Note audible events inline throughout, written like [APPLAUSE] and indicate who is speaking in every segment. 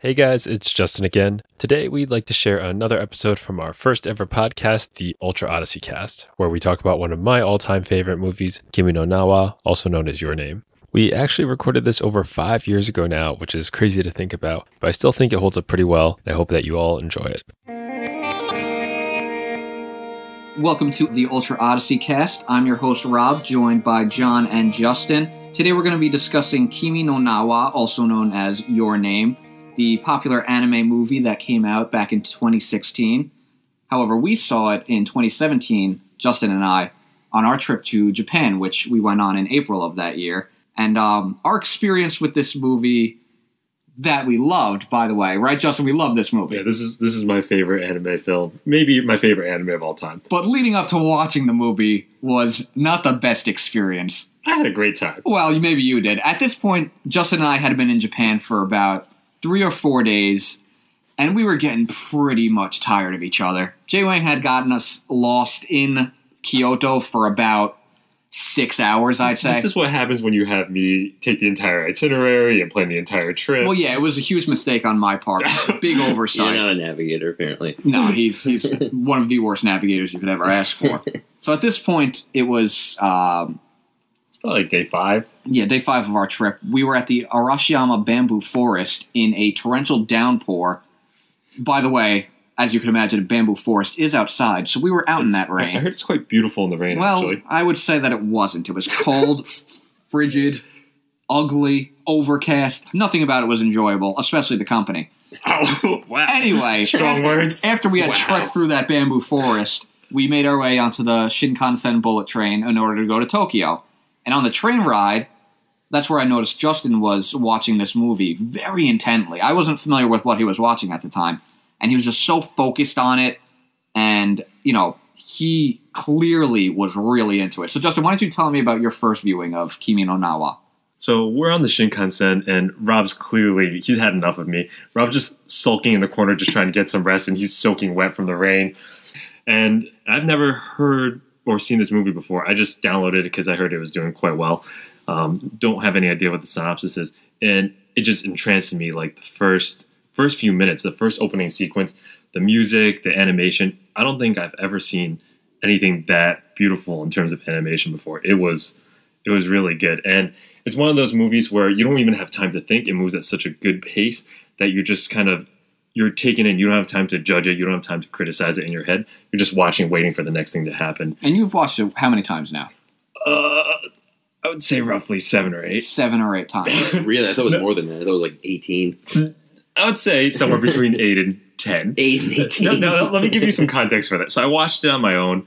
Speaker 1: Hey guys, it's Justin again. Today we'd like to share another episode from our first ever podcast, the Ultra Odyssey Cast, where we talk about one of my all-time favorite movies, Kimi no Nawa, also known as Your Name. We actually recorded this over five years ago now, which is crazy to think about, but I still think it holds up pretty well, and I hope that you all enjoy it.
Speaker 2: Welcome to the Ultra Odyssey cast. I'm your host, Rob, joined by John and Justin. Today we're going to be discussing Kimi no Nawa, also known as Your Name, the popular anime movie that came out back in 2016. However, we saw it in 2017, Justin and I, on our trip to Japan, which we went on in April of that year. And um, our experience with this movie that we loved, by the way, right, Justin? We love this movie.
Speaker 3: Yeah, this is this is my favorite anime film. Maybe my favorite anime of all time.
Speaker 2: But leading up to watching the movie was not the best experience.
Speaker 3: I had a great time.
Speaker 2: Well, you- maybe you did. At this point, Justin and I had been in Japan for about three or four days, and we were getting pretty much tired of each other. Jay Wang had gotten us lost in Kyoto for about six hours, I'd say.
Speaker 3: This is what happens when you have me take the entire itinerary and plan the entire trip.
Speaker 2: well, yeah, it was a huge mistake on my
Speaker 3: [LAUGHS]
Speaker 2: part. Big oversight.
Speaker 4: You're not a navigator, apparently.
Speaker 2: No, he's he's one of the worst navigators you could ever ask for. So at this point, it was um,
Speaker 3: It's probably like day five.
Speaker 2: Yeah, day five of our trip, we were at the Arashiyama Bamboo Forest in a torrential downpour. By the way, as you can imagine, a bamboo forest is outside, so we were out in that
Speaker 3: I- I
Speaker 2: rain.
Speaker 3: heard it's quite beautiful in the rain.
Speaker 2: Well,
Speaker 3: actually,
Speaker 2: I would say that it wasn't. It was cold, [LAUGHS] frigid, ugly, overcast. Nothing about it was enjoyable, especially the company.
Speaker 3: Ow, wow.
Speaker 2: [LAUGHS] Anyway,
Speaker 3: Strong words.
Speaker 2: after we had
Speaker 3: Wow.
Speaker 2: trekked through that bamboo forest, we made our way onto the Shinkansen bullet train in order to go to Tokyo. And on the train ride, that's where I noticed Justin was watching this movie very intently. I wasn't familiar with what he was watching at the time, and he was just so focused on it. And you know, he clearly was really into it. So, Justin, why don't you tell me about your first viewing of Kimi no Nawa?
Speaker 3: So we're on the Shinkansen, and Rob's clearly he's had enough of me. Rob just sulking in the corner, just trying to get some rest, and he's soaking wet from the rain. And I've never heard or seen this movie before. I just downloaded it because I heard it was doing quite well. Um, don't have any idea what the synopsis is, and it just entranced me. Like the first first few minutes, the first opening sequence, the music, the animation. I don't think I've ever seen anything that beautiful in terms of animation before. It was it was really good and it's one of those movies where you don't even have time to think it moves at such a good pace that you're just kind of you're taken in you don't have time to judge it you don't have time to criticize it in your head you're just watching waiting for the next thing to happen
Speaker 2: And you've watched it how many times now?
Speaker 3: uh, i would say roughly seven or eight
Speaker 2: Seven or eight times.
Speaker 4: [LAUGHS] really, I thought it was more than that. I thought it was like 18.
Speaker 3: i would say somewhere between eight and ten
Speaker 4: 8 and
Speaker 3: [LAUGHS]
Speaker 4: 18.
Speaker 3: no,
Speaker 2: [LAUGHS]
Speaker 3: no, no, let me give you some context for that. So I watched it on my own,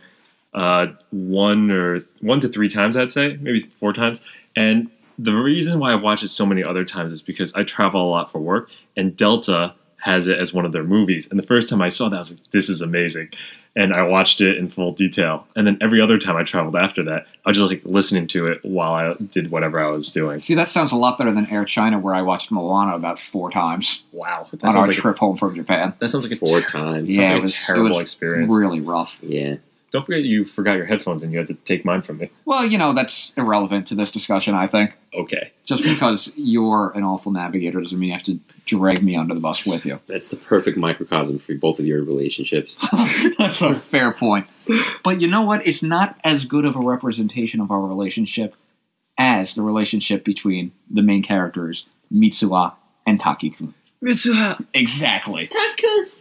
Speaker 3: uh, one or one to three times, I'd say, maybe four times. And the reason why I've watched it so many other times is because I travel a lot for work, and Delta has it as one of their movies. And the first time I saw that, I was like, "This is amazing." And I watched it in full detail. And then every other time I traveled after that, I was just like listening to it while I did whatever I was doing.
Speaker 2: See, that sounds a lot better than Air China, where I watched Moana about four times
Speaker 3: Wow, that
Speaker 2: on our
Speaker 3: sounds like a,
Speaker 2: trip home from Japan.
Speaker 3: that sounds like a
Speaker 4: Four
Speaker 3: ter-
Speaker 4: times.
Speaker 2: Yeah,
Speaker 3: sounds like
Speaker 2: it was-
Speaker 3: a
Speaker 2: it
Speaker 3: terrible
Speaker 2: was
Speaker 3: experience.
Speaker 2: Really rough.
Speaker 4: Yeah.
Speaker 3: Don't forget you forgot your headphones and you had to take mine from me.
Speaker 2: Well, you know, that's irrelevant to this discussion, I think.
Speaker 3: Okay. [LAUGHS]
Speaker 2: Just because you're an awful navigator doesn't mean you have to drag me under the bus with you. [LAUGHS]
Speaker 4: That's the perfect microcosm for both of your relationships.
Speaker 2: That's a fair point. But you know what? It's not as good of a representation of our relationship as the relationship between the main characters, Mitsuha and Taki-kun.
Speaker 3: uh,
Speaker 2: [LAUGHS] Exactly.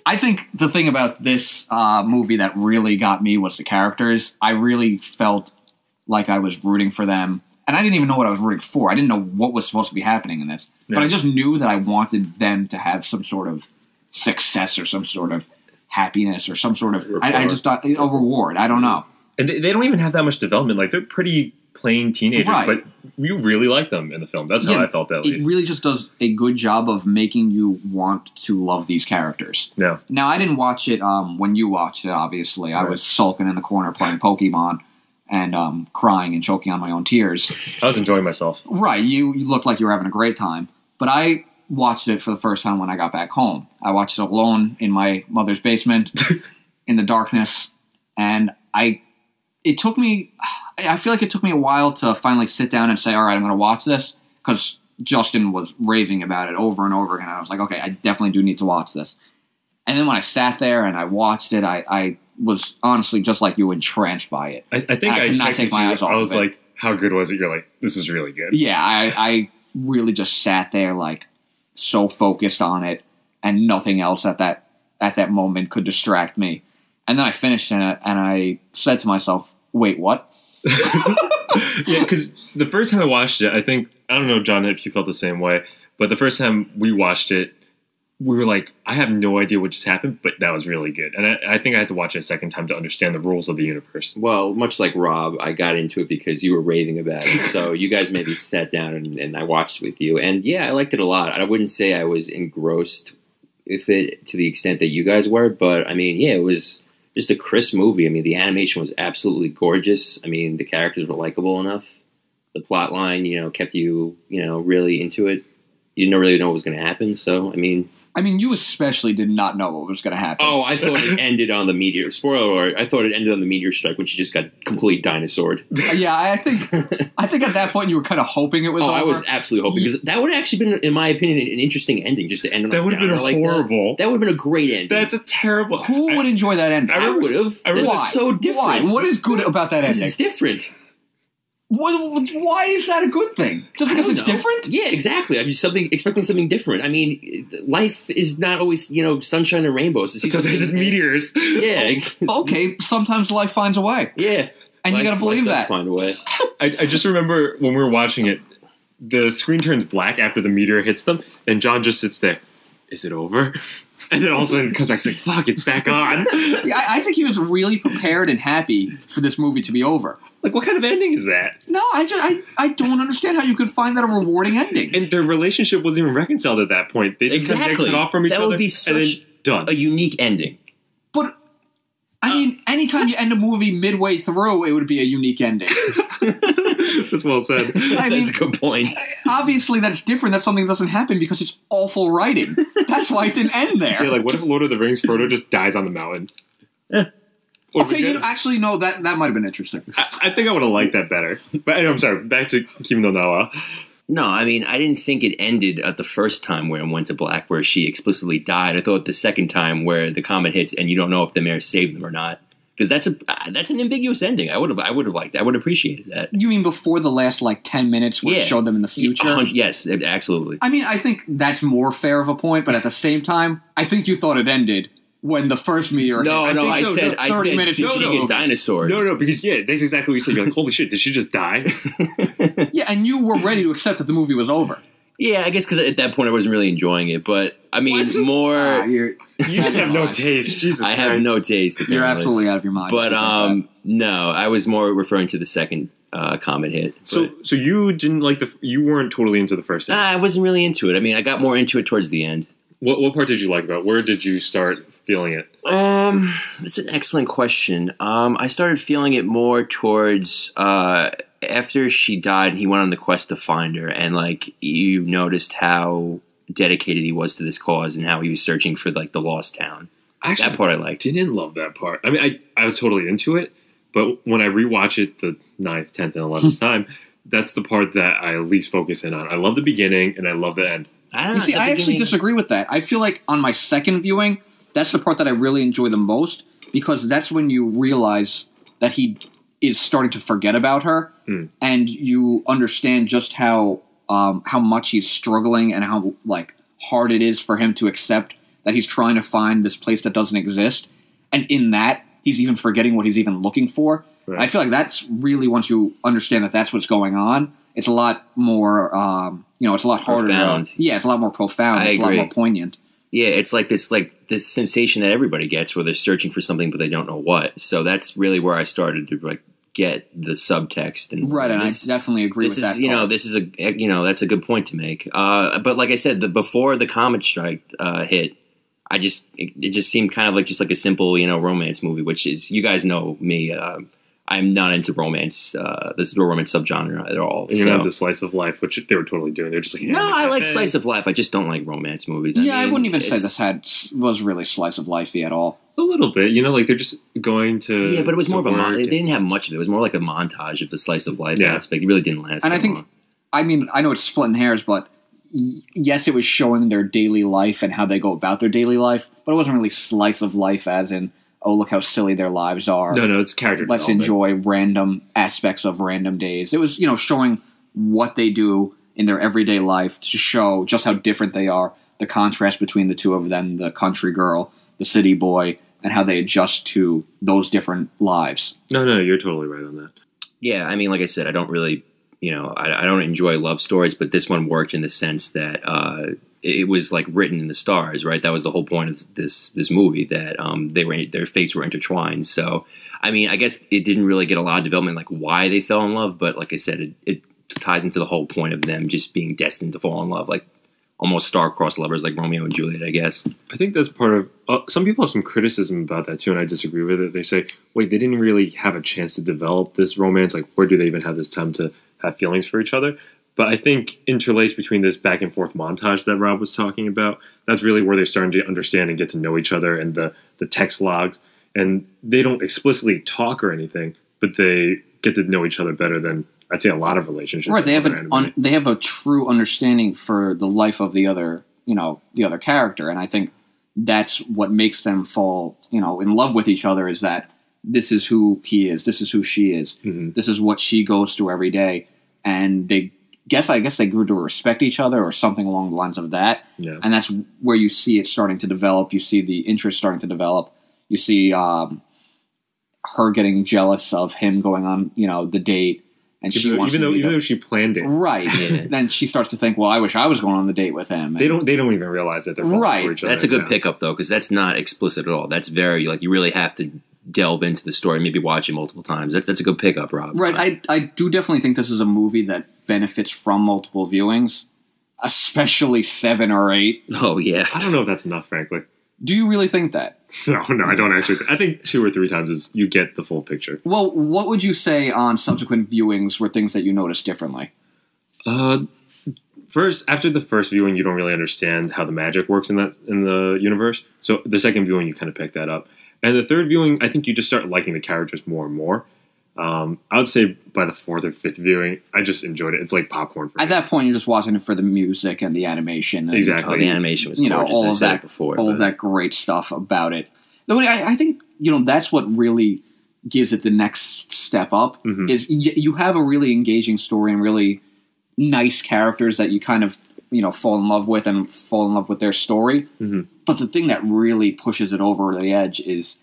Speaker 2: I think the thing about this uh, movie that really got me was the characters. I really felt like I was rooting for them. And I didn't even know what I was rooting for. I didn't know what was supposed to be happening in this. But
Speaker 3: Yeah.
Speaker 2: I just knew that I wanted them to have some sort of success or some sort of happiness or some sort of. I, I
Speaker 4: Reward.
Speaker 2: just thought, a reward. I don't know.
Speaker 3: And they, they don't even have that much development. Like they're pretty plain teenagers,
Speaker 2: Right.
Speaker 3: but you really like them in the film. That's how
Speaker 2: Yeah,
Speaker 3: I felt at
Speaker 2: It
Speaker 3: least.
Speaker 2: really just does a good job of making you want to love these characters.
Speaker 3: yeah.
Speaker 2: Now I didn't watch it um, when you watched it. Obviously, I
Speaker 3: Right.
Speaker 2: was sulking in the corner playing Pokemon and um, crying and choking on my own tears.
Speaker 3: I was enjoying myself.
Speaker 2: Right, you, you looked like you were having a great time, but I watched it for the first time when I got back home. I watched it alone in my mother's basement in the darkness, and I it took me. I feel like it took me a while to finally sit down and say, "All right, I'm going to watch this," because Justin was raving about it over and over again. I was like, okay, I definitely do need to watch this. And then when I sat there and I watched it, I, I was honestly just like you, entranced by it.
Speaker 3: I, I think
Speaker 2: I
Speaker 3: I,
Speaker 2: could not
Speaker 3: texted
Speaker 2: take my
Speaker 3: you.
Speaker 2: eyes off
Speaker 3: I
Speaker 2: of
Speaker 3: was
Speaker 2: it.
Speaker 3: like, "How good was it?" You're like, "This is really good."
Speaker 2: Yeah, I, I really just sat there like so focused on it, and nothing else at that at that moment could distract me. And then I finished and I, and I said to myself, "Wait, what?"
Speaker 3: [LAUGHS] yeah, because the first time I watched it, I think I don't know, John, if you felt the same way, but the first time we watched it, we were like, I have no idea what just happened, but that was really good, and I, I think I had to watch it a second time to understand the rules of the universe.
Speaker 4: Well, much like Rob, I got into it because you were raving about it. [LAUGHS] So you guys maybe sat down and, and I watched with you. And yeah, I liked it a lot. I wouldn't say I was engrossed with it to the extent that you guys were, but I mean, yeah, it was just a crisp movie. I mean, the animation was absolutely gorgeous. I mean, the characters were likable enough. The plot line, you know, kept you, you know, really into it. You didn't really know what was going to happen. So, I mean,
Speaker 2: I mean, you especially did not know what was going to happen.
Speaker 4: Oh, I thought [LAUGHS] it ended on the meteor. Spoiler alert! I thought it ended on the meteor strike when she just got complete dinosaured.
Speaker 2: [LAUGHS]
Speaker 4: [LAUGHS]
Speaker 2: yeah, I think I think at that point you were kind of hoping it was.
Speaker 4: Oh,
Speaker 2: over.
Speaker 4: I was absolutely hoping because that would have actually been, in my opinion, an interesting ending. Just to end on
Speaker 3: That would have been
Speaker 4: downer like
Speaker 3: horrible.
Speaker 4: That, that would have been a great ending.
Speaker 3: That's a terrible.
Speaker 2: Who would enjoy that ending?
Speaker 3: I
Speaker 4: I would have.
Speaker 3: I remember-
Speaker 2: Why?
Speaker 4: That's so different.
Speaker 2: Why? What is good about that
Speaker 4: Because
Speaker 2: ending?
Speaker 4: it's different.
Speaker 2: Why why is that a good thing? Just
Speaker 4: I
Speaker 2: because
Speaker 4: don't
Speaker 2: it's
Speaker 4: know.
Speaker 2: different?
Speaker 4: Yeah, exactly. I'm just something expecting something different. I mean, life is not always you know sunshine and
Speaker 2: [LAUGHS]
Speaker 4: rainbows.
Speaker 3: [LAUGHS]
Speaker 4: It's
Speaker 3: So there's meteors.
Speaker 4: [LAUGHS] Yeah. ex-
Speaker 2: Okay, sometimes life finds a way,
Speaker 4: Yeah.
Speaker 2: and you
Speaker 4: Life-
Speaker 2: got to believe
Speaker 4: life does
Speaker 2: that.
Speaker 4: Find a way.
Speaker 3: I, I just remember when we were watching it, the screen turns black after the meteor hits them, and John just sits there. Is it over? [LAUGHS] And then all of a sudden it comes back. It's like, fuck, it's back on. [LAUGHS]
Speaker 2: Yeah, I, I think he was really prepared and happy for this movie to be over.
Speaker 3: like, what kind of ending is that?
Speaker 2: No, I just I, I don't understand how you could find that a rewarding ending.
Speaker 3: And their relationship wasn't even reconciled at that point. They just exactly.
Speaker 4: Exactly.
Speaker 3: cut off from each
Speaker 4: That would
Speaker 3: other.
Speaker 4: be
Speaker 3: and
Speaker 4: such
Speaker 3: then done.
Speaker 4: A unique ending.
Speaker 2: but I mean,
Speaker 4: Uh.
Speaker 2: anytime you end a movie midway through, it would be a unique
Speaker 4: [LAUGHS]
Speaker 2: ending.
Speaker 3: [LAUGHS] That's well said.
Speaker 2: I mean,
Speaker 4: That's a good point.
Speaker 2: obviously that's different. That's something that doesn't happen because it's awful writing. That's why it didn't
Speaker 4: [LAUGHS]
Speaker 2: end there.
Speaker 3: Yeah, like what if Lord of the Rings Frodo just dies on the mountain?
Speaker 4: "Oh,
Speaker 3: Would we
Speaker 2: okay, you
Speaker 3: get-
Speaker 2: know, actually no, that that might have been interesting.
Speaker 3: I, I think I would have liked that better. But anyway, I'm sorry. Back to Kimi no Nawa.
Speaker 4: No, I mean, I didn't think it ended at the first time where it went to black, where she explicitly died. I thought the second time where the comet hits and you don't know if the mayor saved them or not, because that's a uh, that's an ambiguous ending. I would have I would have liked that. I would have appreciated that.
Speaker 2: You mean before the last like ten minutes where
Speaker 4: Yeah.
Speaker 2: it showed them in the
Speaker 4: A
Speaker 2: future?
Speaker 4: hundred- yes, ab- absolutely.
Speaker 2: I mean, I think that's more fair of a point, but at the same time, I think you thought it ended when the first meteor.
Speaker 4: No,
Speaker 2: hit.
Speaker 4: no,
Speaker 3: think
Speaker 4: I
Speaker 3: so.
Speaker 4: said
Speaker 3: No,
Speaker 4: I
Speaker 2: 30
Speaker 4: said
Speaker 2: minutes
Speaker 4: did
Speaker 2: is
Speaker 4: she
Speaker 2: over.
Speaker 4: get dinosaur?
Speaker 3: No, no, because yeah, that's exactly what you said. You're like, holy shit, did she just die?
Speaker 2: yeah, and you were ready to accept that the movie was over.
Speaker 4: Yeah, I guess because at that point I wasn't really enjoying it, but I mean,
Speaker 3: What?
Speaker 4: more
Speaker 2: Ah, you're
Speaker 3: You just have [LAUGHS] no
Speaker 2: Never mind.
Speaker 3: taste. Jesus,
Speaker 4: I have
Speaker 3: Christ.
Speaker 4: no taste. Apparently.
Speaker 2: you're absolutely out of your mind.
Speaker 4: But
Speaker 2: Something like
Speaker 4: um, no, I was more referring to the second uh, comet hit.
Speaker 3: So,
Speaker 4: but-
Speaker 3: so you didn't like the. f- You weren't totally into the first. Thing.
Speaker 4: Ah, I wasn't really into it. I mean, I got more into it towards the end.
Speaker 3: What what part did you like about? it? Where did you start feeling it?
Speaker 4: Um, that's an excellent question. Um, I started feeling it more towards uh, after she died. He went on the quest to find her, and like you noticed how dedicated he was to this cause and how he was searching for like the lost town.
Speaker 3: Actually,
Speaker 4: That part I liked.
Speaker 3: didn't love that part. I mean, I I was totally into it, but when I rewatch it the 9th, tenth, and eleventh
Speaker 4: [LAUGHS]
Speaker 3: time, that's the part that I least focus in on. I love the beginning and I love the end.
Speaker 4: I
Speaker 2: that.
Speaker 4: don't
Speaker 2: you
Speaker 4: know,
Speaker 2: see,
Speaker 4: at the
Speaker 2: I actually
Speaker 4: beginning-
Speaker 2: disagree with that. I feel like on my second viewing, that's the part that I really enjoy the most because that's when you realize that he is starting to forget about her,
Speaker 3: Hmm.
Speaker 2: and you understand just how um, how much he's struggling and how like hard it is for him to accept that he's trying to find this place that doesn't exist, and in that he's even forgetting what he's even looking for.
Speaker 3: Right.
Speaker 2: I feel like that's really once you understand that that's what's going on, it's a lot more, um, you know, it's a lot harder. to-
Speaker 4: Profound.
Speaker 2: yeah, it's a lot more profound.
Speaker 4: I
Speaker 2: it's a
Speaker 4: agree.
Speaker 2: lot more poignant.
Speaker 4: Yeah, it's like this like this sensation that everybody gets where they're searching for something but they don't know what. So that's really where I started to like get the subtext and
Speaker 2: Right, and
Speaker 4: this-
Speaker 2: I definitely agree
Speaker 4: this
Speaker 2: with
Speaker 4: is
Speaker 2: that.
Speaker 4: you know
Speaker 2: part.
Speaker 4: this is a eh, you know that's a good point to make uh, but like i said the before the comet strike uh, hit i just it, it just seemed kind of like just like a simple you know romance movie which is you guys know me uh, i'm not into romance uh, this is a romance subgenre at all
Speaker 3: And you're
Speaker 4: so-
Speaker 3: not into slice of life, which they were totally doing. They're just like, yeah,
Speaker 4: no i like
Speaker 3: that
Speaker 4: slice
Speaker 3: thing.
Speaker 4: of life i just don't like romance movies
Speaker 2: yeah, I
Speaker 4: mean,
Speaker 2: wouldn't even say
Speaker 4: it's-
Speaker 2: this had was really slice of lifey at all.
Speaker 3: a little bit. You know, like they're just going to
Speaker 4: yeah, but it was
Speaker 3: to
Speaker 4: more of a.
Speaker 3: work
Speaker 4: Mon- they
Speaker 3: and-
Speaker 4: didn't have much of it. It was more like a montage of the slice of life
Speaker 3: Yeah.
Speaker 4: aspect. It really didn't last.
Speaker 2: And I
Speaker 4: that
Speaker 2: think
Speaker 4: long.
Speaker 2: I mean, I know it's splitting hairs, but y- yes, it was showing their daily life and how they go about their daily life, but it wasn't really slice of life, as in, oh, look how silly their lives are.
Speaker 3: No, no, it's character.
Speaker 2: Let's
Speaker 3: development.
Speaker 2: enjoy random aspects of random days. It was, you know, showing what they do in their everyday life to show just how different they are, the contrast between the two of them, the country girl, the city boy, and how they adjust to those different lives.
Speaker 3: No, no, you're totally right on that.
Speaker 4: yeah, I mean, like I said, I don't really, you know, I, I don't enjoy love stories, but this one worked in the sense that uh, it it was like written in the stars, right? That was the whole point of this this movie that um, they were their fates were intertwined. So, I mean, I guess it didn't really get a lot of development, like why they fell in love, but like I said, it, it ties into the whole point of them just being destined to fall in love, like almost star-crossed lovers, like Romeo and Juliet, I guess.
Speaker 3: I think that's part of. Uh, some people have some criticism about that too, and I disagree with it. They say, "Wait, they didn't really have a chance to develop this romance. Like, where do they even have this time to have feelings for each other?" But I think interlaced between this back and forth montage that Rob was talking about, that's really where they're starting to understand and get to know each other, and the the text logs. And they don't explicitly talk or anything, but they get to know each other better than I'd say a lot of relationships.
Speaker 2: Right, they have
Speaker 3: in
Speaker 2: an
Speaker 3: anime.
Speaker 2: un, they have a true understanding for the life of the other, you know, the other character, and I think that's what makes them fall, you know, in love with each other. Is that this is who he is, this is who she is,
Speaker 3: Mhm.
Speaker 2: this is what she goes through every day, and they guess I guess they grew to respect each other or something along the lines of that,
Speaker 3: Yeah.
Speaker 2: and that's where you see it starting to develop. You see the interest starting to develop. You see um, her getting jealous of him going on, you know, the date, and she
Speaker 3: even though
Speaker 2: wants
Speaker 3: even
Speaker 2: him
Speaker 3: though,
Speaker 2: to go-
Speaker 3: even though she planned it,
Speaker 2: Right.
Speaker 4: Yeah.
Speaker 2: [LAUGHS] then she starts to think, well, I wish I was going on the date with him.
Speaker 3: they don't they don't even realize that they're falling
Speaker 2: Right,
Speaker 3: for each other.
Speaker 4: That's a good
Speaker 3: now.
Speaker 4: pickup though, because that's not explicit at all. That's very like you really have to delve into the story, maybe watch it multiple times. That's that's a good pickup, Rob.
Speaker 2: Right. I, I do definitely think this is a movie that benefits from multiple viewings, especially seven or eight.
Speaker 4: oh yeah,
Speaker 3: I don't know if that's enough, frankly. [LAUGHS]
Speaker 2: Do you really think that?
Speaker 3: No, no, I don't actually. I think two or three times is you get the full picture.
Speaker 2: Well, what would you say on subsequent viewings were things that you noticed differently?
Speaker 3: Uh, first, after the first viewing, you don't really understand how the magic works in that in the universe. So the second viewing, you kind of pick that up, and the third viewing, I think you just start liking the characters more and more. Um, I would say by the fourth or fifth viewing, I just enjoyed it. It's like popcorn for me.
Speaker 2: At that point, you're just watching it for the music and the animation. And
Speaker 4: Oh,
Speaker 3: Exactly.
Speaker 4: the animation was
Speaker 2: You know,
Speaker 4: gorgeous.
Speaker 2: all
Speaker 4: I
Speaker 2: of
Speaker 4: said
Speaker 2: that-
Speaker 4: it before.
Speaker 2: all of
Speaker 4: but-
Speaker 2: that great stuff about it. Though I, I think you know that's what really gives it the next step up
Speaker 3: Mhm.
Speaker 4: Mm-hmm.
Speaker 2: is y- you have a really engaging story and really nice characters that you kind of you know fall in love with and fall in love with their story.
Speaker 4: Mm-hmm.
Speaker 3: Mhm.
Speaker 2: But the thing that really pushes it over the edge is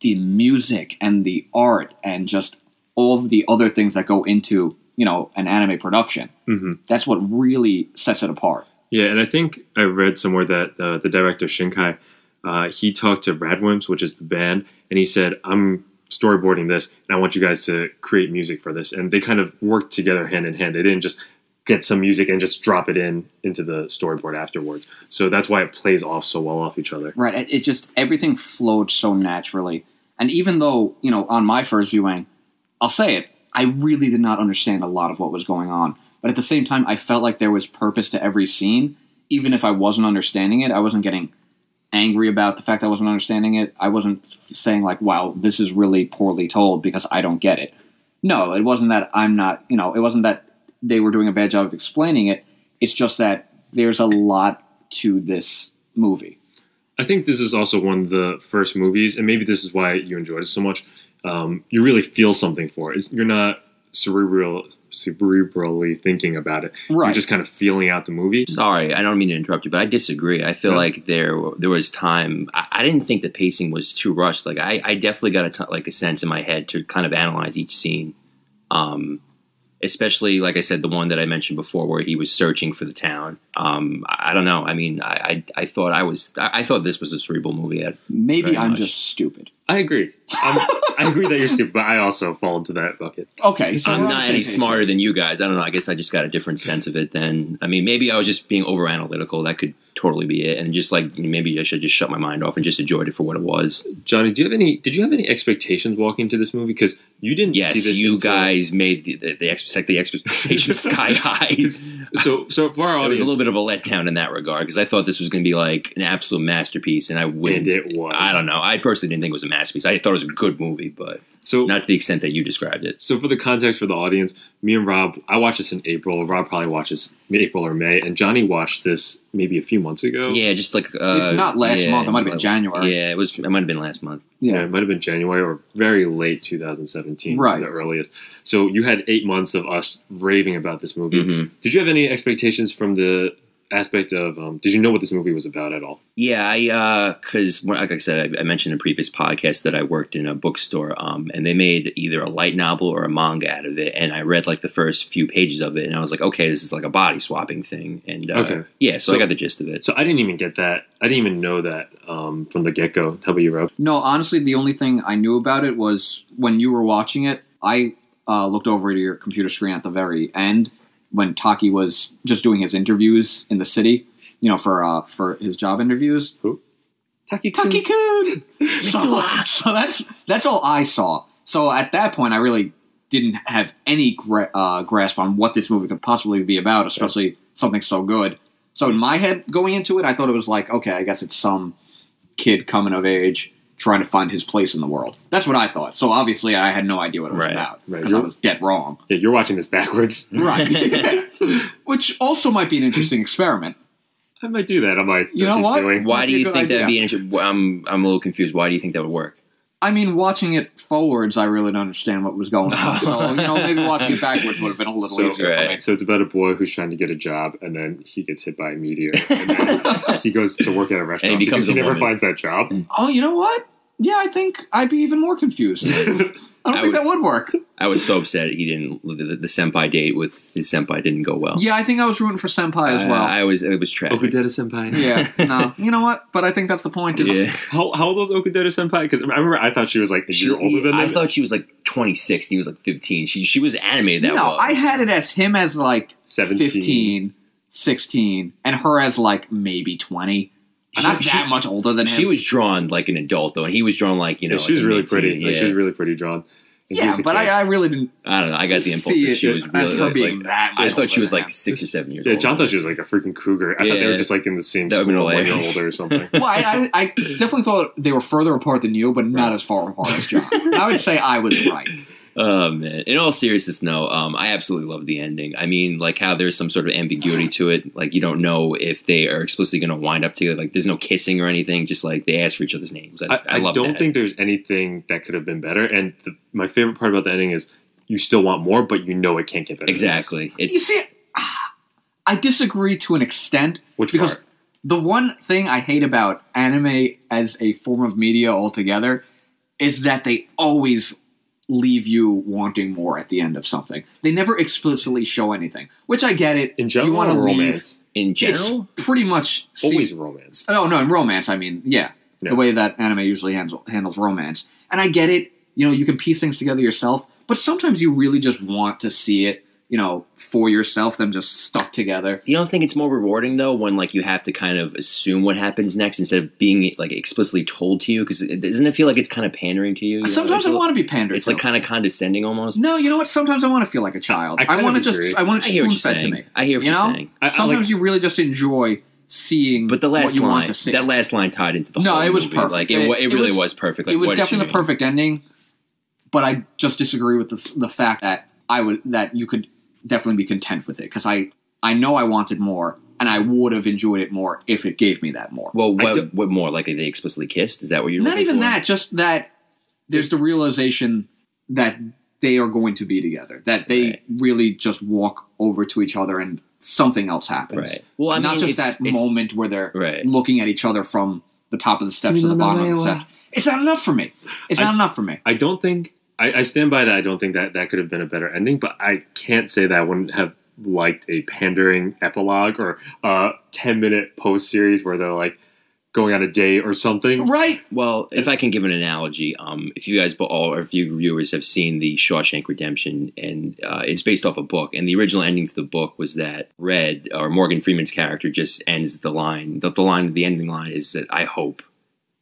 Speaker 2: the music and the art and just all of the other things that go into you know an anime production.
Speaker 3: hmm
Speaker 4: Mm-hmm.
Speaker 2: That's what really sets it apart.
Speaker 3: Yeah, and I think I read somewhere that uh, the director Shinkai, uh, he talked to Radwimps, which is the band, and he said, "I'm storyboarding this, and I want you guys to create music for this." And they kind of worked together hand in hand. They didn't just get some music and just drop it in into the storyboard afterwards. So that's why it plays off so well off each other.
Speaker 2: Right. It, it just everything flowed so naturally. And even though, you know, on my first viewing, I'll say it, I really did not understand a lot of what was going on. But at the same time, I felt like there was purpose to every scene. Even if I wasn't understanding it, I wasn't getting angry about the fact I wasn't understanding it. I wasn't saying like, wow, this is really poorly told because I don't get it. No, it wasn't that I'm not, you know, it wasn't that they were doing a bad job of explaining it. It's just that there's a lot to this movie.
Speaker 3: I think this is also one of the first movies, and maybe this is why you enjoyed it so much. Um, you really feel something for it. It's, you're not cerebral, cerebrally thinking about it.
Speaker 2: Right.
Speaker 3: You're just kind of feeling out the movie.
Speaker 4: Sorry, I don't mean to interrupt you, but I disagree. I feel
Speaker 3: Yeah.
Speaker 4: like there there was time. I, I didn't think the pacing was too rushed. Like I, I definitely got a ton, like a sense in my head to kind of analyze each scene, um, especially like I said, the one that I mentioned before where he was searching for the town. Um, I, I don't know. I mean, I I, I thought I was I, I thought this was a cerebral movie. I,
Speaker 2: Maybe
Speaker 4: Very
Speaker 2: I'm
Speaker 4: much.
Speaker 2: just stupid.
Speaker 3: I agree. I'm, I agree that you're stupid, but I also fall into that bucket.
Speaker 2: Okay, so
Speaker 4: I'm
Speaker 2: we're on the
Speaker 4: not
Speaker 2: same
Speaker 4: any
Speaker 2: page.
Speaker 4: smarter than you guys. I don't know. I guess I just got a different sense of it then. I mean, maybe I was just being over analytical. That could totally be it. And just like maybe I should just shut my mind off and just enjoyed it for what it was.
Speaker 3: Johnny, do you have any? Did you have any expectations walking into this movie? Because you didn't. see
Speaker 4: Yes,
Speaker 3: this
Speaker 4: you
Speaker 3: until-
Speaker 4: guys made the the, the, ex- set
Speaker 3: [LAUGHS]
Speaker 4: the expectations sky high. It
Speaker 3: So so far,
Speaker 4: was a little bit of a letdown in that regard because I thought this was going to be like an absolute masterpiece, and I
Speaker 3: And
Speaker 4: would.
Speaker 3: it was.
Speaker 4: I don't know. I personally didn't think it was a masterpiece. I thought it was was a good movie, but
Speaker 3: So
Speaker 4: not to the extent that you described it.
Speaker 3: So for the context for the audience, me and Rob, I watched this in April. Rob probably watches April or May, and Johnny watched this maybe a few months ago.
Speaker 4: Yeah, just like uh,
Speaker 2: if not last
Speaker 4: yeah,
Speaker 2: month, it might have been January.
Speaker 4: Yeah, it was. It might have been last month.
Speaker 3: Yeah, it might have been January or very late 2017,
Speaker 2: Right.
Speaker 3: The earliest. So you had eight months of us raving about this movie.
Speaker 2: Mm-hmm.
Speaker 4: Mhm.
Speaker 3: Did you have any expectations from the aspect of? Um, did you know what this movie was about at all?
Speaker 4: Yeah, I because like I said, I, I mentioned in previous podcast that I worked in a bookstore, um, and they made either a light novel or a manga out of it, and I read like the first few pages of it, and I was like, okay, this is like a body swapping thing, and uh,
Speaker 3: Okay.
Speaker 4: yeah, so,
Speaker 3: So-
Speaker 4: I got the gist of it.
Speaker 3: So I didn't even get that. I didn't even know that um, from the get go. How about you, Rob?
Speaker 2: No, honestly, the only thing I knew about it was when you were watching it. I uh, looked over to your computer screen at the very end when Taki was just doing his interviews in the city. You know, for uh, for his job interviews.
Speaker 3: Taki
Speaker 2: Taki Kun. so, so that's that's all I saw. So at that point, I really didn't have any gra- uh, grasp on what this movie could possibly be about, especially something so good. So in my head, going into it, I thought it was like, okay, I guess it's some kid coming of age trying to find his place in the world. That's what I thought. So obviously, I had no idea what it was
Speaker 4: Right.
Speaker 2: about
Speaker 3: Right.
Speaker 2: because I was dead wrong.
Speaker 3: Yeah, you're watching this backwards.
Speaker 2: Right. [LAUGHS] Which also might be an interesting experiment.
Speaker 3: I might do that. I might.
Speaker 2: Mm-hmm. You know what?
Speaker 4: Why do
Speaker 2: That's a
Speaker 4: you
Speaker 2: good
Speaker 4: think that'd
Speaker 2: idea.
Speaker 4: be? Inter- well, I'm I'm a little confused. Why do you think that would work?
Speaker 2: I mean, watching it forwards, I really don't understand what was going on. So, you know, maybe watching it backwards would have been a little
Speaker 3: So-
Speaker 2: easier for me.
Speaker 4: Right.
Speaker 3: So it's about a boy who's trying to get a job, and then he gets hit by a meteor.
Speaker 2: [LAUGHS]
Speaker 3: And then he goes to work at a restaurant
Speaker 4: And he
Speaker 3: because
Speaker 4: becomes
Speaker 3: he
Speaker 4: a
Speaker 3: never
Speaker 4: woman.
Speaker 3: finds that job.
Speaker 4: [LAUGHS]
Speaker 2: Oh, you know what? Yeah, I think I'd be even more confused. I don't
Speaker 4: [LAUGHS] I
Speaker 2: think that would work.
Speaker 4: I was so upset he didn't. The, the senpai date with his senpai didn't go well.
Speaker 2: Yeah, I think I was rooting for Senpai as
Speaker 4: Oh. Uh,
Speaker 2: well. Oh,
Speaker 4: I was. It was tragic.
Speaker 3: Okudera senpai.
Speaker 2: yeah,
Speaker 4: [LAUGHS]
Speaker 2: no, you know what? But I think that's the point. It's,
Speaker 4: Yeah.
Speaker 3: How, how old was Okudera senpai? Because I remember I thought she was like a
Speaker 4: She-
Speaker 3: year older than
Speaker 4: I
Speaker 3: them.
Speaker 4: thought she was like 26 and he was like 15. She she was animated
Speaker 2: No,
Speaker 4: that well.
Speaker 2: I had it as him as like
Speaker 3: 17.
Speaker 2: 15, 16, and her as like maybe 20.
Speaker 4: She-
Speaker 2: Not
Speaker 4: she-
Speaker 2: that much older than him.
Speaker 4: she was drawn like an adult though, and he was drawn like you know.
Speaker 3: yeah, she was
Speaker 4: like,
Speaker 3: really
Speaker 4: 18.
Speaker 3: pretty. Like,
Speaker 4: yeah.
Speaker 3: she was really pretty drawn. And she
Speaker 2: yeah,
Speaker 3: was a
Speaker 2: but I,
Speaker 3: kid.
Speaker 2: I really didn't.
Speaker 4: I don't know. I got the impulse
Speaker 2: see
Speaker 4: that
Speaker 2: it
Speaker 4: she was
Speaker 2: as
Speaker 4: really
Speaker 2: her
Speaker 4: like.
Speaker 2: being that much
Speaker 4: I thought she
Speaker 2: older
Speaker 4: was
Speaker 2: than
Speaker 4: like
Speaker 2: him.
Speaker 4: six or seven years
Speaker 3: yeah,
Speaker 4: old.
Speaker 3: John thought she was like a freaking cougar. I thought they were
Speaker 4: Yeah.
Speaker 3: just like in the same
Speaker 4: That would've
Speaker 3: school, but
Speaker 4: been
Speaker 3: one year
Speaker 4: hilarious. [LAUGHS]
Speaker 3: older or something.
Speaker 2: Well, I, I, I definitely thought they were further apart than you, but not as far apart as John. And I would say I was right.
Speaker 4: Oh man! In all seriousness, no. Um, I absolutely love the ending. I mean, like how there's some sort of ambiguity to it. Like you don't know if they are explicitly going to wind up together. Like there's no kissing or anything. Just like they ask for each other's names. I,
Speaker 3: I,
Speaker 4: I,
Speaker 3: I
Speaker 4: love
Speaker 3: don't
Speaker 4: that.
Speaker 3: think there's anything that could have been better. And the, my favorite part about the ending is you still want more, but you know it can't get better. than this.
Speaker 4: exactly.
Speaker 2: You
Speaker 4: It's
Speaker 2: see, I disagree to an extent
Speaker 3: Which
Speaker 2: because
Speaker 3: part?
Speaker 2: the one thing I hate about anime as a form of media altogether is that they always leave you wanting more at the end of something. They never explicitly show anything, which I get it.
Speaker 3: in general,
Speaker 2: you want to leave.
Speaker 3: romance
Speaker 4: in
Speaker 2: It's
Speaker 4: general.
Speaker 2: pretty much
Speaker 3: always
Speaker 2: seem-
Speaker 3: romance.
Speaker 2: Oh no, in romance, I mean, yeah,
Speaker 3: No.
Speaker 2: the way that anime usually handle, handles romance, and I get it. You know, you can piece things together yourself, but sometimes you really just want to see it, you know, for yourself. Them just stuck together.
Speaker 4: You don't think it's more rewarding though when like you have to kind of assume what happens next instead of being like explicitly told to you? Because doesn't it feel like it's kind of pandering to you? you know?
Speaker 2: Sometimes
Speaker 4: It's a
Speaker 2: I
Speaker 4: little-
Speaker 2: want to be pandered.
Speaker 4: It's like
Speaker 2: to.
Speaker 4: kind of condescending almost.
Speaker 2: no, you know what? Sometimes I want to feel like a child.
Speaker 3: I
Speaker 2: I,
Speaker 3: kind of
Speaker 2: want to just,
Speaker 3: agree.
Speaker 2: I want
Speaker 4: I
Speaker 2: to
Speaker 4: hear what
Speaker 2: spoon
Speaker 4: you're
Speaker 2: fed to
Speaker 4: saying.
Speaker 2: me.
Speaker 4: I hear what
Speaker 2: You
Speaker 4: you are
Speaker 2: know?
Speaker 4: saying.
Speaker 3: I, I
Speaker 2: Sometimes
Speaker 3: like,
Speaker 2: you really just enjoy seeing,
Speaker 4: But the last
Speaker 2: what you
Speaker 4: line,
Speaker 2: want to see.
Speaker 4: that last line tied into the
Speaker 2: No,
Speaker 4: whole
Speaker 2: it was
Speaker 4: movie.
Speaker 2: perfect.
Speaker 4: Like it,
Speaker 2: It-
Speaker 4: wa- it
Speaker 2: it
Speaker 4: really
Speaker 2: was-
Speaker 4: was, perfect. Like,
Speaker 2: it was
Speaker 4: what did she
Speaker 2: definitely the
Speaker 4: mean?
Speaker 2: perfect ending, but I just disagree with the, s- the fact that I would that you could definitely be content with it because I I know I wanted more and I would have enjoyed it more if it gave me that more.
Speaker 4: Well,
Speaker 3: I
Speaker 4: what,
Speaker 3: don't-
Speaker 4: what more? Like they explicitly kissed? Is that what you're
Speaker 2: Not
Speaker 4: looking
Speaker 2: even
Speaker 4: for?
Speaker 2: that, just that there's the realization that they are going to be together, that they
Speaker 4: Right.
Speaker 2: really just walk over to each other and something else happens.
Speaker 4: Right. Well, I mean,
Speaker 2: Not just
Speaker 4: it's-
Speaker 2: that
Speaker 4: it's-
Speaker 2: moment where they're
Speaker 4: Right.
Speaker 2: looking at each other from the top of the steps to the bottom of the steps. It's not enough for me. It's
Speaker 3: I-
Speaker 2: not enough for me.
Speaker 3: I don't think I, I stand by that. I don't think that that could have been a better ending, but I can't say that I wouldn't have liked a pandering epilogue or a ten minute post series where they're like going on a date or something.
Speaker 2: Right.
Speaker 4: Well, if I can give an analogy, um, if you guys bo- all or if you viewers have seen the Shawshank Redemption, and uh, it's based off a book, and the original ending to the book was that Red or Morgan Freeman's character just ends the line. The, the line, the ending line is that I hope,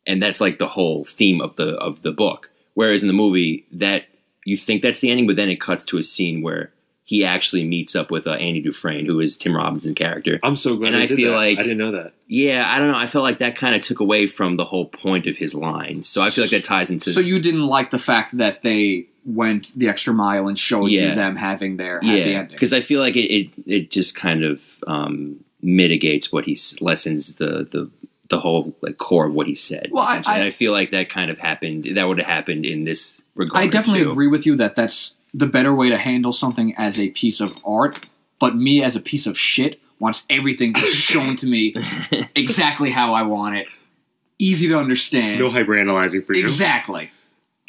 Speaker 4: and that's like the whole theme of the of the book. Whereas in the movie, that you think that's the ending, but then it cuts to a scene where he actually meets up with uh, Andy Dufresne, who is Tim Robinson's character.
Speaker 3: I'm so glad.
Speaker 4: And
Speaker 3: they
Speaker 4: I
Speaker 3: did
Speaker 4: feel
Speaker 3: that.
Speaker 4: like-
Speaker 3: I didn't know that.
Speaker 4: Yeah, I don't know. I felt like that kind of took away from the whole point of his line. So I feel like that ties into.
Speaker 2: So you didn't like the fact that they went the extra mile and showed you
Speaker 4: Yeah.
Speaker 2: them having their happy
Speaker 4: yeah,
Speaker 2: ending.
Speaker 4: because I feel like it, it, it just kind of um, mitigates what he's lessens the the the whole like core of what he said.
Speaker 2: Well, I-
Speaker 4: essentially.
Speaker 2: I-
Speaker 4: and I feel like that kind of happened. That would have happened in this regard.
Speaker 2: I definitely
Speaker 4: too.
Speaker 2: agree with you that that's the better way to handle something as a piece of art. But me as a piece of shit wants everything
Speaker 4: [LAUGHS]
Speaker 2: just shown to me exactly how I want it, easy to understand.
Speaker 3: No hyperanalyzing for you.
Speaker 2: exactly.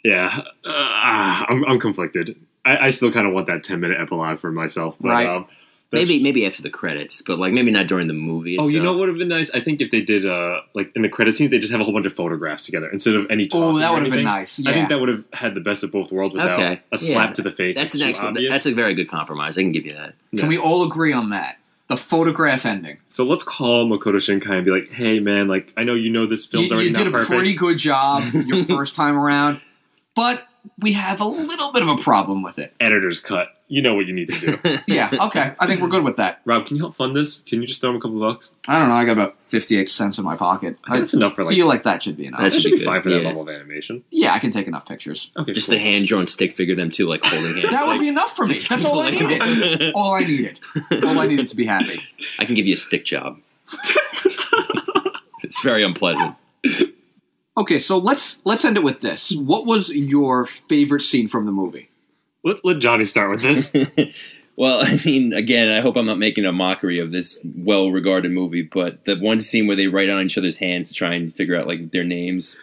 Speaker 3: Yeah, uh, I'm, I'm conflicted. I, I still kind of want that 10 minute epilogue for myself. But,
Speaker 2: Right.
Speaker 3: Um, that's-
Speaker 4: Maybe maybe after the credits, but like maybe not during the movie.
Speaker 3: Oh, you
Speaker 4: itself.
Speaker 3: know what would have been nice? I think if they did, uh, like in the credit scenes, they just have a whole bunch of photographs together instead of any.
Speaker 2: Oh,
Speaker 3: talking
Speaker 2: that
Speaker 3: or
Speaker 2: would have been
Speaker 3: anything.
Speaker 2: nice. Yeah.
Speaker 3: I think that would have had the best of both worlds without
Speaker 4: Okay,
Speaker 3: a slap
Speaker 4: yeah.
Speaker 3: to the face.
Speaker 4: That's an
Speaker 3: too
Speaker 4: excellent.
Speaker 3: obvious.
Speaker 4: That's a very good compromise. I can give you that.
Speaker 3: Yeah.
Speaker 2: Can we all agree on that? The photograph ending.
Speaker 3: So let's call Makoto Shinkai and be like, "Hey, man, like I know you know this
Speaker 2: You,
Speaker 3: film's already
Speaker 2: you
Speaker 3: not
Speaker 2: did a
Speaker 3: perfect.
Speaker 2: pretty good job
Speaker 3: [LAUGHS]
Speaker 2: your first time around, but we have a little bit of a problem with it.
Speaker 3: Editor's cut. You know what you need to do."
Speaker 2: Yeah, okay. I think we're good with that.
Speaker 3: Rob, can you help fund this? Can you just throw him a couple bucks?
Speaker 2: I don't know. I got about 58 cents in my pocket.
Speaker 3: I think
Speaker 2: I
Speaker 3: that's enough for like.
Speaker 2: feel like that should be enough.
Speaker 4: That's-
Speaker 3: that should
Speaker 4: Should be
Speaker 3: be, fine
Speaker 4: good,
Speaker 3: for that
Speaker 4: yeah.
Speaker 3: level of animation.
Speaker 2: Yeah, I can take enough pictures.
Speaker 3: Okay,
Speaker 4: Just
Speaker 3: cool.
Speaker 4: the hand drawn stick figure, them two like holding hands.
Speaker 2: That would
Speaker 4: like, [LAUGHS]
Speaker 2: be enough for me.
Speaker 4: just-
Speaker 2: That's all I needed. All I needed. [LAUGHS] All I needed to be happy.
Speaker 4: I can give you a stick [LAUGHS] job. it's very unpleasant.
Speaker 2: Okay, so let's let's end it with this. What was your favorite scene from the movie?
Speaker 3: Let, let Johnny start with
Speaker 4: [LAUGHS]
Speaker 3: this.
Speaker 4: [LAUGHS] well, I mean, again, I hope I'm not making a mockery of this well regarded movie, but the one scene where they write on each other's hands to try and figure out like their names.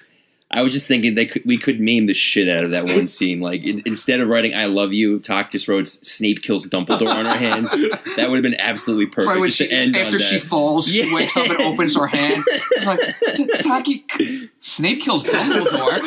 Speaker 4: I was just thinking they could, we could meme the shit out of that [LAUGHS] one scene. Like in, instead of writing "I love you," Talk just wrote "Snape kills Dumbledore" on her [LAUGHS] hands. That would have been absolutely perfect.
Speaker 2: Right when
Speaker 4: just
Speaker 2: she,
Speaker 4: to end on
Speaker 2: after she
Speaker 4: that.
Speaker 2: falls, she
Speaker 4: Yeah.
Speaker 2: wakes up and opens her hand. It's like "T- Taki Snape kills Dumbledore.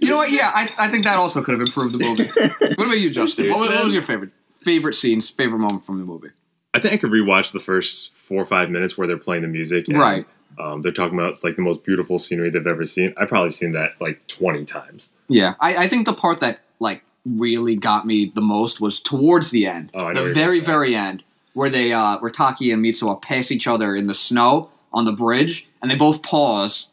Speaker 2: you know what? Yeah, I, I think that also could have improved the movie. What about you, Justin? What was, what was your favorite favorite scenes, favorite moment from the movie?
Speaker 3: I think I could rewatch the first four or five minutes where they're playing the music. and,
Speaker 2: Right.
Speaker 3: Um, they're talking about like the most beautiful scenery they've ever seen. I've probably seen that like 20 times.
Speaker 2: Yeah, I, I think the part that like really got me the most was towards the end,
Speaker 3: Oh, I know what
Speaker 2: the
Speaker 3: you're
Speaker 2: very
Speaker 3: gonna say.
Speaker 2: very end, where they uh, where Taki and Mitsuo pass each other in the snow on the bridge, and they both pause,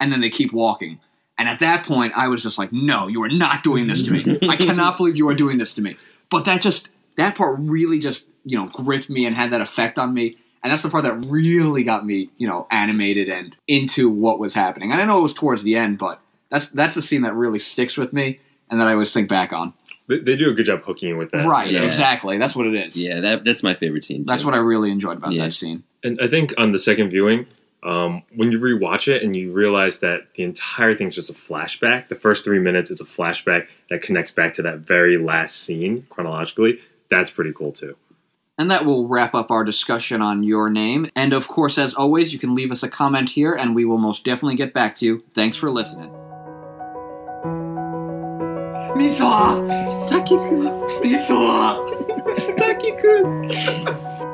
Speaker 2: and then they keep walking. And at that point, I was just like, "No, you are not doing this to
Speaker 4: [LAUGHS]
Speaker 2: me. I cannot believe you are doing this to me." But that just that part really just you know gripped me and had that effect on me. And that's the part that really got me, you know, animated and into what was happening. And I know it was towards the end, but that's that's a scene that really sticks with me and that I always think back on.
Speaker 3: They, they do a good job hooking you with that.
Speaker 2: right,
Speaker 3: you know?
Speaker 4: yeah.
Speaker 2: exactly. That's what it is.
Speaker 4: Yeah, that, that's my favorite scene.
Speaker 2: That's
Speaker 4: too.
Speaker 2: what I really enjoyed about
Speaker 4: Yeah.
Speaker 2: that scene.
Speaker 3: And I think on the second viewing, um, when you rewatch it and you realize that the entire thing's just a flashback, the first three minutes is a flashback that connects back to that very last scene chronologically. That's pretty cool too.
Speaker 2: And that will wrap up our discussion on your name. And of course, as always, you can leave us a comment here and we will most definitely get back to you. Thanks for listening. Mitsuha! Taki-kun! Mitsuha! Taki-kun!